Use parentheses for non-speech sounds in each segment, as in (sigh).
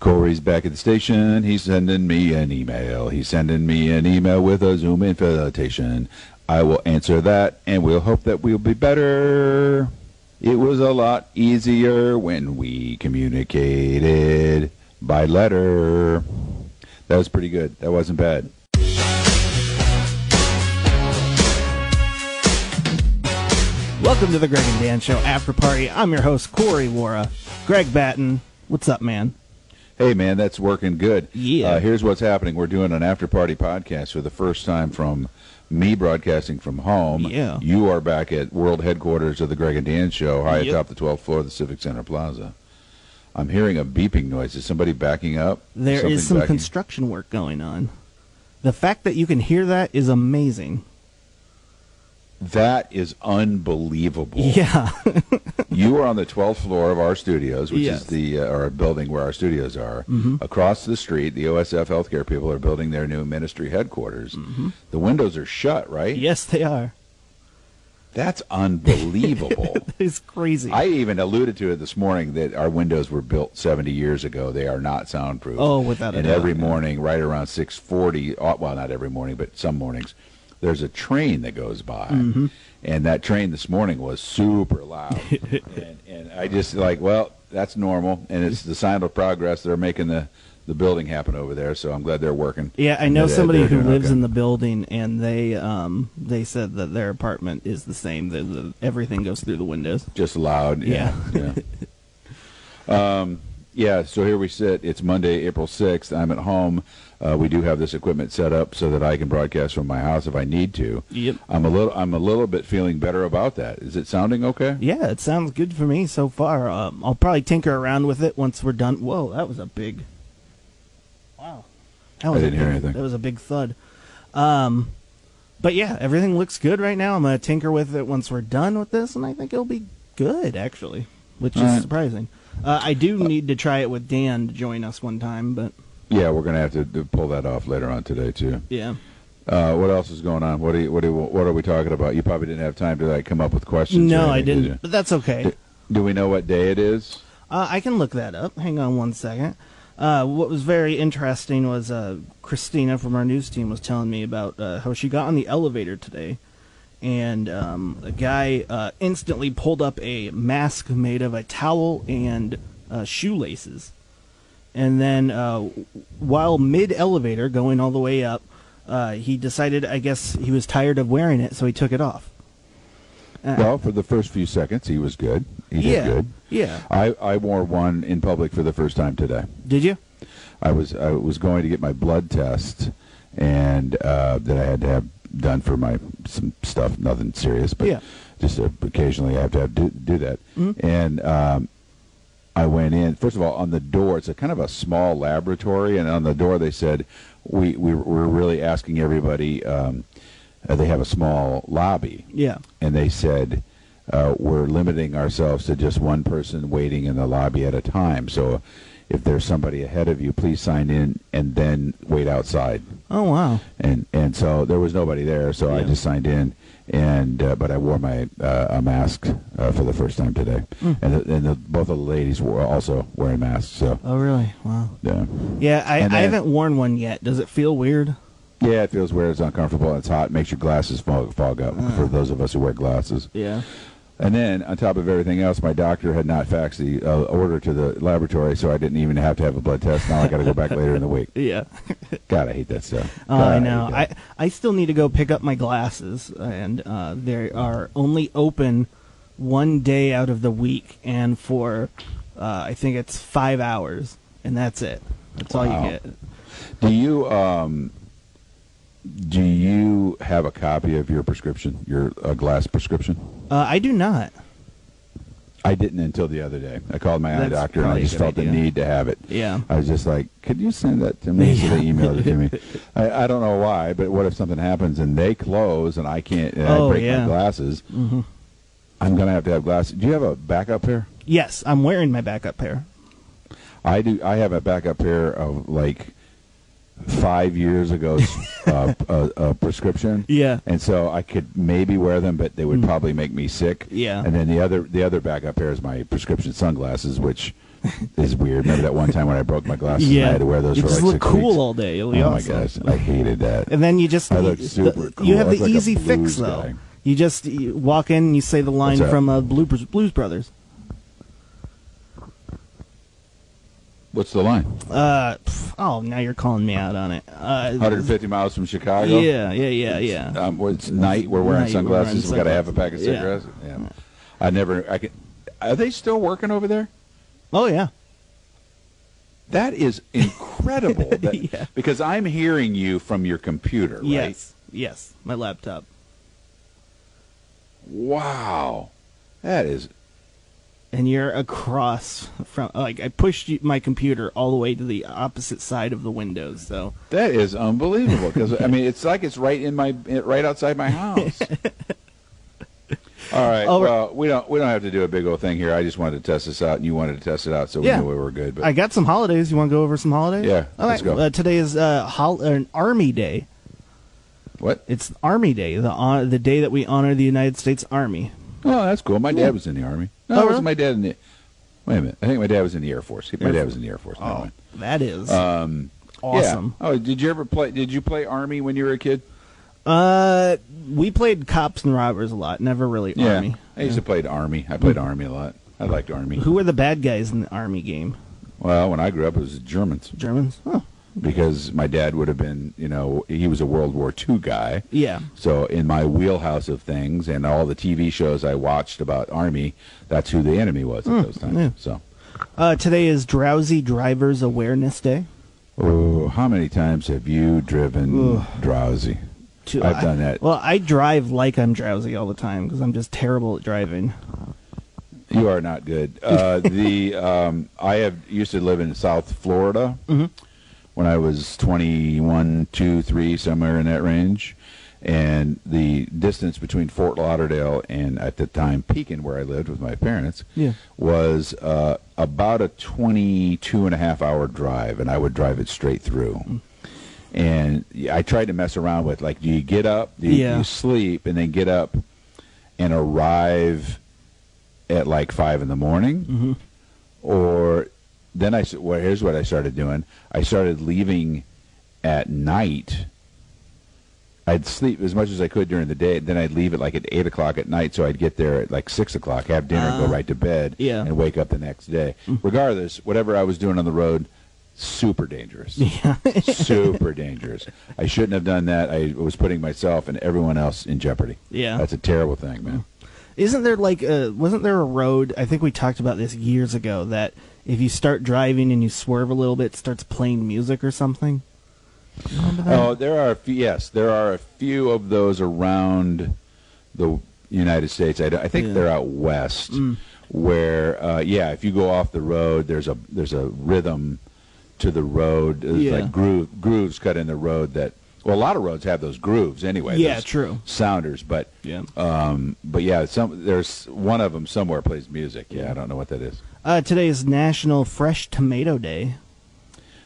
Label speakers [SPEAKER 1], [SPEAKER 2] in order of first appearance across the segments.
[SPEAKER 1] Corey's back at the station. He's sending me an email. He's sending me an email with a Zoom invitation. I will answer that, and we'll hope that we'll be better. It was a lot easier when we communicated by letter. That was pretty good. That wasn't bad.
[SPEAKER 2] Welcome to the Greg and Dan Show After Party. I'm your host, Corey Wara. Greg Batten, what's up, man?
[SPEAKER 1] Hey, man, that's working good.
[SPEAKER 2] Yeah.
[SPEAKER 1] Uh, here's what's happening. We're doing an after party podcast for the first time from me broadcasting from home.
[SPEAKER 2] Yeah.
[SPEAKER 1] You are back at world headquarters of the Greg and Dan Show, high
[SPEAKER 2] Yep.
[SPEAKER 1] atop the 12th floor of the Civic Center Plaza. I'm hearing a beeping noise. Is somebody backing up?
[SPEAKER 2] There is
[SPEAKER 1] Something
[SPEAKER 2] some
[SPEAKER 1] backing-
[SPEAKER 2] construction work going on. The fact that you can hear that is amazing.
[SPEAKER 1] That is unbelievable.
[SPEAKER 2] (laughs) Yeah.
[SPEAKER 1] You are on the 12th floor of our studios, which
[SPEAKER 2] Yes. Mm-hmm.
[SPEAKER 1] is the uh, our building where our studios are. Across the street, the OSF healthcare people are building their new ministry headquarters.
[SPEAKER 2] Mm-hmm.
[SPEAKER 1] The windows are shut, right?
[SPEAKER 2] yes, they are. (laughs)
[SPEAKER 1] That's unbelievable.
[SPEAKER 2] It's crazy.
[SPEAKER 1] I even alluded to it this morning that our windows were built 70 years ago. They are not soundproof.
[SPEAKER 2] Oh, without a
[SPEAKER 1] and
[SPEAKER 2] doubt,
[SPEAKER 1] every
[SPEAKER 2] yeah.
[SPEAKER 1] morning, right around 6:40, uh, well, not every morning, but some mornings, there's a train that goes by,
[SPEAKER 2] Mm-hmm.
[SPEAKER 1] and that train this morning was super
[SPEAKER 2] (laughs)
[SPEAKER 1] loud, and, and I just like, well, that's normal, and it's the sign of progress. They're making the the building happen over there, so I'm glad they're working.
[SPEAKER 2] yeah, I know
[SPEAKER 1] They're-
[SPEAKER 2] somebody
[SPEAKER 1] they're
[SPEAKER 2] who
[SPEAKER 1] doing
[SPEAKER 2] lives
[SPEAKER 1] okay.
[SPEAKER 2] in the building, and they um they said that their apartment is the same. The, the, everything goes through the windows.
[SPEAKER 1] just loud. Yeah. Yeah.
[SPEAKER 2] (laughs)
[SPEAKER 1] um, yeah. So here we sit. It's Monday, April 6th. I'm at home. Uh, we do have this equipment set up so that I can broadcast from my house if I need to.
[SPEAKER 2] Yep.
[SPEAKER 1] I'm a little. I'm a little bit feeling better about that. Is it sounding okay?
[SPEAKER 2] Yeah, it sounds good for me so far. Um, I'll probably tinker around with it once we're done. Whoa, that was a big. Wow, that was a
[SPEAKER 1] didn't hear
[SPEAKER 2] big-
[SPEAKER 1] anything.
[SPEAKER 2] That was a big thud. Um, but yeah, everything looks good right now. I'm gonna tinker with it once we're done with this, and I think it'll be good actually, which is
[SPEAKER 1] All right.
[SPEAKER 2] surprising. Uh, I do need to try it with Dan to join us one time, but
[SPEAKER 1] Yeah. We're gonna have to do, pull that off later on today too.
[SPEAKER 2] yeah.
[SPEAKER 1] Uh, what else is going on? What do you, What do you, What are we talking about? You probably didn't have time to like come up with questions. or
[SPEAKER 2] No, I
[SPEAKER 1] anything, did
[SPEAKER 2] didn't,
[SPEAKER 1] you?
[SPEAKER 2] but that's okay.
[SPEAKER 1] Do we know what day it is?
[SPEAKER 2] Uh, I can look that up. Hang on one second. Uh, what was very interesting was uh, Christina from our news team was telling me about uh, how she got on the elevator today, and um, a guy uh, instantly pulled up a mask made of a towel and uh, shoelaces. And then, uh, w- while mid elevator going all the way up, uh, he decided, I guess, he was tired of wearing it, so he took it off. Uh,
[SPEAKER 1] Well, for the first few seconds, he was good. He did
[SPEAKER 2] yeah,
[SPEAKER 1] good.
[SPEAKER 2] yeah.
[SPEAKER 1] I, I wore one in public for the first time today.
[SPEAKER 2] Did you?
[SPEAKER 1] I was I was going to get my blood test, and uh, that I had to have done for my some stuff, nothing serious, but
[SPEAKER 2] Yeah.
[SPEAKER 1] just uh, occasionally I have to have do, do that. And um, I went in. First of all, on the door, it's a kind of a small laboratory, and on the door they said we we we're really asking everybody. Um, uh, they have a small lobby
[SPEAKER 2] Yeah.
[SPEAKER 1] and they said uh, we're limiting ourselves to just one person waiting in the lobby at a time. So if there's somebody ahead of you, please sign in and then wait outside.
[SPEAKER 2] Oh wow.
[SPEAKER 1] And and so there was nobody there, so I
[SPEAKER 2] Yeah.
[SPEAKER 1] just signed in. And uh, but I wore my uh, a mask uh, for the first time today,
[SPEAKER 2] Hmm.
[SPEAKER 1] and the, and the, both of the ladies were also wearing masks. So
[SPEAKER 2] Oh really? Wow.
[SPEAKER 1] yeah,
[SPEAKER 2] Yeah, I,
[SPEAKER 1] And
[SPEAKER 2] I
[SPEAKER 1] then-
[SPEAKER 2] haven't worn one yet. Does it feel weird?
[SPEAKER 1] yeah, it feels weird. It's uncomfortable. It's hot. It makes your glasses fog, fog up for those of us who wear glasses.
[SPEAKER 2] Hmm. Yeah.
[SPEAKER 1] And then, on top of everything else, my doctor had not faxed the uh, order to the laboratory, so I didn't even have to have a blood test. Now I got to go back
[SPEAKER 2] (laughs)
[SPEAKER 1] later in the week. (laughs)
[SPEAKER 2] Yeah.
[SPEAKER 1] God, I hate that stuff.
[SPEAKER 2] Oh,
[SPEAKER 1] God,
[SPEAKER 2] I
[SPEAKER 1] hate
[SPEAKER 2] know. I,
[SPEAKER 1] that.
[SPEAKER 2] I still need to go pick up my glasses, and uh, they are only open one day out of the week, and for uh, I think it's five hours, and that's it. That's all
[SPEAKER 1] Wow.
[SPEAKER 2] you get.
[SPEAKER 1] do you um, do you have a copy of your prescription, your uh, glass prescription?
[SPEAKER 2] Uh, I do not.
[SPEAKER 1] I didn't until the other day. I called my eye
[SPEAKER 2] That's
[SPEAKER 1] doctor, and I
[SPEAKER 2] probably a
[SPEAKER 1] just
[SPEAKER 2] good
[SPEAKER 1] felt the
[SPEAKER 2] idea.
[SPEAKER 1] need to have it.
[SPEAKER 2] Yeah.
[SPEAKER 1] I was just like, could you send that to me? So they
[SPEAKER 2] Yeah.
[SPEAKER 1] emailed it to
[SPEAKER 2] (laughs)
[SPEAKER 1] me. I, I don't know why, but what if something happens and they close and I can't, and I
[SPEAKER 2] Oh,
[SPEAKER 1] break my
[SPEAKER 2] yeah. Mm-hmm.
[SPEAKER 1] glasses? I'm going to have to have glasses. Do you have a backup pair?
[SPEAKER 2] Yes, I'm wearing my backup pair.
[SPEAKER 1] I do. I have a backup pair of like five years
[SPEAKER 2] (laughs)
[SPEAKER 1] ago's uh, uh, uh, prescription.
[SPEAKER 2] Yeah. Hmm.
[SPEAKER 1] And so I could maybe wear them, but they would probably make me sick.
[SPEAKER 2] Yeah.
[SPEAKER 1] And then the other the other backup pair is my prescription sunglasses, which is weird. Remember that one time when I broke my glasses and
[SPEAKER 2] Yeah.
[SPEAKER 1] I had to wear those
[SPEAKER 2] you
[SPEAKER 1] for
[SPEAKER 2] just
[SPEAKER 1] like
[SPEAKER 2] look
[SPEAKER 1] six
[SPEAKER 2] cool
[SPEAKER 1] weeks?
[SPEAKER 2] all day. You'll be
[SPEAKER 1] oh
[SPEAKER 2] awesome.
[SPEAKER 1] my gosh, I hated that.
[SPEAKER 2] And then you just
[SPEAKER 1] I
[SPEAKER 2] you,
[SPEAKER 1] look super cool.
[SPEAKER 2] you have
[SPEAKER 1] I
[SPEAKER 2] the
[SPEAKER 1] look like a
[SPEAKER 2] easy fix
[SPEAKER 1] blues
[SPEAKER 2] though.
[SPEAKER 1] guy.
[SPEAKER 2] You just you walk in, and you say the
[SPEAKER 1] What's
[SPEAKER 2] line
[SPEAKER 1] that?
[SPEAKER 2] from uh, Blues, Blues Brothers.
[SPEAKER 1] What's the line?
[SPEAKER 2] Uh, pff, oh, now you're calling me out on it. Uh,
[SPEAKER 1] 150 miles from Chicago.
[SPEAKER 2] Yeah, yeah, yeah, yeah.
[SPEAKER 1] Um, well, it's night. We're wearing
[SPEAKER 2] Night, we're wearing
[SPEAKER 1] sunglasses. We've got a half a pack of
[SPEAKER 2] sunglasses.
[SPEAKER 1] cigarettes. Yeah. I never. I can. Are they still working over there?
[SPEAKER 2] oh yeah.
[SPEAKER 1] That is incredible. that-
[SPEAKER 2] (laughs) Yeah.
[SPEAKER 1] Because I'm hearing you from your computer, right?
[SPEAKER 2] Yes. Yes. My laptop.
[SPEAKER 1] Wow. That is.
[SPEAKER 2] and you're across from like I pushed you- my computer all the way to the opposite side of the window. So
[SPEAKER 1] That is unbelievable. Because I mean, it's like it's right in my, right outside my
[SPEAKER 2] (laughs)
[SPEAKER 1] house. All right.
[SPEAKER 2] All right.
[SPEAKER 1] Well, we don't we don't have to do a big old thing here. I just wanted to test this out, and you wanted to test it out, so
[SPEAKER 2] Yeah.
[SPEAKER 1] we knew we were good. But
[SPEAKER 2] I got some holidays. You want to go over some holidays?
[SPEAKER 1] Yeah,
[SPEAKER 2] All
[SPEAKER 1] let's
[SPEAKER 2] right,
[SPEAKER 1] go.
[SPEAKER 2] Uh, today is uh, hol- an Army Day.
[SPEAKER 1] what?
[SPEAKER 2] It's Army Day, the hon- the day that we honor the United States Army.
[SPEAKER 1] Oh, that's cool. My
[SPEAKER 2] Yeah.
[SPEAKER 1] dad was in the army. No, it
[SPEAKER 2] Oh, really?
[SPEAKER 1] wasn't my dad in the. Wait a minute. I think my dad was in the air force. He- My
[SPEAKER 2] Air
[SPEAKER 1] dad
[SPEAKER 2] Force.
[SPEAKER 1] was in the air force. Never
[SPEAKER 2] Oh,
[SPEAKER 1] mind.
[SPEAKER 2] that is
[SPEAKER 1] Um,
[SPEAKER 2] awesome.
[SPEAKER 1] Yeah. Oh, did you ever play? Did you play army when you were a kid?
[SPEAKER 2] Uh, we played cops and robbers a lot. Never really Army.
[SPEAKER 1] I used to play army. I played army a lot. I liked army.
[SPEAKER 2] Who were the bad guys in the Army game?
[SPEAKER 1] Well, when I grew up, it was Germans
[SPEAKER 2] Germans? Huh.
[SPEAKER 1] because my dad would have been, you know, he was a World War II guy.
[SPEAKER 2] Yeah.
[SPEAKER 1] So in my wheelhouse of things and all the TV shows I watched about army, that's who the enemy was at those times.
[SPEAKER 2] yeah.
[SPEAKER 1] So.
[SPEAKER 2] Uh, today is Drowsy Drivers Awareness Day.
[SPEAKER 1] Oh, how many times have you driven drowsy?
[SPEAKER 2] To,
[SPEAKER 1] I've
[SPEAKER 2] I-
[SPEAKER 1] done that.
[SPEAKER 2] Well, I drive like I'm drowsy all the time because I'm just terrible at driving.
[SPEAKER 1] You are not good. Uh, the um, I have used to live in South Florida when I was 21, 2, 3, somewhere in that range. And the distance between Fort Lauderdale and at the time Pekin, where I lived with my parents,
[SPEAKER 2] Yeah.
[SPEAKER 1] was uh, about a 22 and a half hour drive, and I would drive it straight through. And I tried to mess around with like, do you get up, do you,
[SPEAKER 2] Yeah.
[SPEAKER 1] you sleep, and then get up and arrive at like five in the morning,
[SPEAKER 2] Mm-hmm.
[SPEAKER 1] or then I s- well here's what I started doing. I started leaving at night. I'd sleep as much as I could during the day, then I'd leave at like at eight o'clock at night, so I'd get there at like six o'clock, have dinner, and
[SPEAKER 2] Ah.
[SPEAKER 1] go right to bed,
[SPEAKER 2] Yeah. Mm.
[SPEAKER 1] and wake up the next day. Regardless, whatever I was doing on the road, super dangerous.
[SPEAKER 2] (laughs) Yeah.
[SPEAKER 1] super dangerous. I shouldn't have done that. I was putting myself and everyone else in jeopardy.
[SPEAKER 2] Yeah.
[SPEAKER 1] That's a terrible thing, man.
[SPEAKER 2] Isn't there like a wasn't there a road? I think we talked about this years ago that if you start driving and you swerve a little bit, it starts playing music or something.
[SPEAKER 1] Oh, there are a few, yes, there are a few of those around the United States. I, d- I think
[SPEAKER 2] Yeah. Mm.
[SPEAKER 1] they're out west, where uh, yeah, if you go off the road, there's a there's a rhythm to the road, there's
[SPEAKER 2] Yeah.
[SPEAKER 1] like groove grooves cut in the road that. Well, a lot of roads have those grooves anyway.
[SPEAKER 2] Yeah,
[SPEAKER 1] those
[SPEAKER 2] true.
[SPEAKER 1] Sounders, but
[SPEAKER 2] Yeah.
[SPEAKER 1] um, but yeah, some there's one of them somewhere plays music. Yeah, I don't know what that is.
[SPEAKER 2] Uh, today is National Fresh Tomato Day.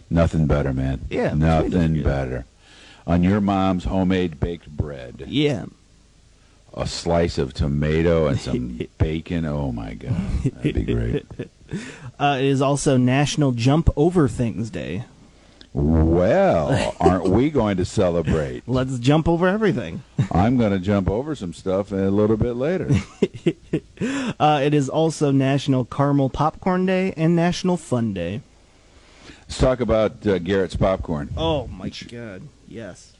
[SPEAKER 1] Nothing better, man.
[SPEAKER 2] Yeah, potatoes are
[SPEAKER 1] nothing
[SPEAKER 2] good.
[SPEAKER 1] better. On your mom's homemade baked bread.
[SPEAKER 2] Yeah.
[SPEAKER 1] a slice of tomato and
[SPEAKER 2] (laughs)
[SPEAKER 1] some bacon. Oh my god, that'd be great.
[SPEAKER 2] Uh, it is also National Jump Over Things Day.
[SPEAKER 1] Well, aren't we going to celebrate?
[SPEAKER 2] Let's jump over everything.
[SPEAKER 1] I'm going to jump over some stuff a little bit later.
[SPEAKER 2] Uh, it is also National Caramel Popcorn Day and National Fun Day.
[SPEAKER 1] Let's talk about uh, Garrett's popcorn.
[SPEAKER 2] Oh my god! Yes.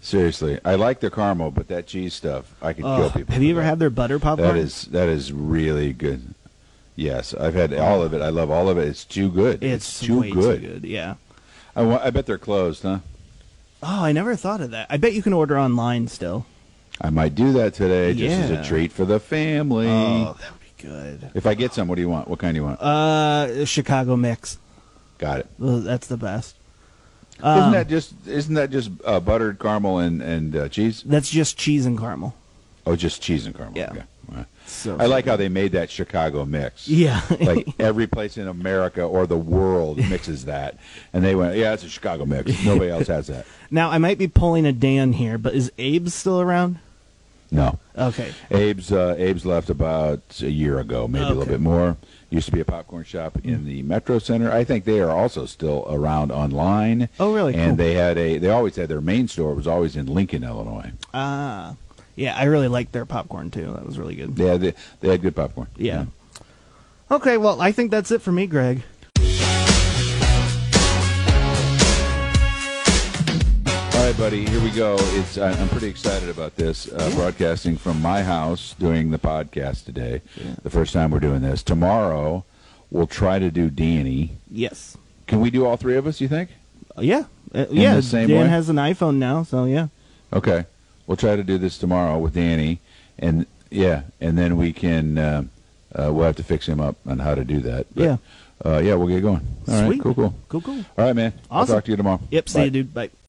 [SPEAKER 1] Seriously, I like the caramel, but that cheese stuff, I could kill
[SPEAKER 2] Ugh,
[SPEAKER 1] people.
[SPEAKER 2] have you
[SPEAKER 1] for
[SPEAKER 2] ever
[SPEAKER 1] that.
[SPEAKER 2] had their butter popcorn?
[SPEAKER 1] That is that is really good. Yes, I've had all of it. I love all of it. It's too good.
[SPEAKER 2] It's,
[SPEAKER 1] too
[SPEAKER 2] way
[SPEAKER 1] good.
[SPEAKER 2] too good. Yeah.
[SPEAKER 1] I, wa- I bet they're closed, huh?
[SPEAKER 2] Oh, I never thought of that. I bet you can order online still.
[SPEAKER 1] I might do that today just as
[SPEAKER 2] Yeah.
[SPEAKER 1] a treat for the family.
[SPEAKER 2] Oh, that would be good.
[SPEAKER 1] If I get some, what do you want? What kind do you want?
[SPEAKER 2] Uh, Chicago mix.
[SPEAKER 1] Got it.
[SPEAKER 2] Ugh, That's the best. Um,
[SPEAKER 1] not that just isn't that just uh, buttered caramel and and uh, cheese?
[SPEAKER 2] That's just cheese and caramel.
[SPEAKER 1] Oh, just cheese and caramel.
[SPEAKER 2] Yeah.
[SPEAKER 1] Okay. All right.
[SPEAKER 2] So
[SPEAKER 1] I like how they made that Chicago mix.
[SPEAKER 2] Yeah. (laughs)
[SPEAKER 1] like every place in America or the world mixes that, and they went, "Yeah, it's a Chicago mix. Nobody else has that."
[SPEAKER 2] now I might be pulling a Dan here, but is Abe still around?
[SPEAKER 1] No,
[SPEAKER 2] Okay.
[SPEAKER 1] Abe's uh, Abe's left about a year ago, maybe a little
[SPEAKER 2] Okay. Mm.
[SPEAKER 1] bit more. Used to be a popcorn shop in the Metro Center. I think they are also still around online.
[SPEAKER 2] Oh, really?
[SPEAKER 1] And
[SPEAKER 2] Cool.
[SPEAKER 1] they had a. They always had their main store was always in Lincoln, Illinois.
[SPEAKER 2] Ah, yeah, I really liked their popcorn too. That was really good.
[SPEAKER 1] They had the, they had good popcorn. Mm.
[SPEAKER 2] Yeah. Okay, well, I think that's it for me, Greg.
[SPEAKER 1] All right, buddy. Here we go. It's I- I'm pretty excited about this. Uh, Broadcasting from my house, doing the podcast today. The first time we're doing this. Tomorrow, we'll try to do Danny.
[SPEAKER 2] Yes.
[SPEAKER 1] Can we do all three of us? You think?
[SPEAKER 2] Uh, yeah. Uh, yeah.
[SPEAKER 1] the same
[SPEAKER 2] Dan
[SPEAKER 1] way?
[SPEAKER 2] has an iPhone now, so yeah.
[SPEAKER 1] Okay, we'll try to do this tomorrow with Danny, and yeah, and then we can. Uh, uh, we'll have to fix him up on how to do that.
[SPEAKER 2] Yeah.
[SPEAKER 1] Uh, yeah, we'll get going. All right.
[SPEAKER 2] Sweet.
[SPEAKER 1] Cool. Cool.
[SPEAKER 2] Cool. Cool.
[SPEAKER 1] All right, man. I'll
[SPEAKER 2] Awesome.
[SPEAKER 1] talk to you tomorrow.
[SPEAKER 2] Yep. See
[SPEAKER 1] Bye.
[SPEAKER 2] you, dude. Bye.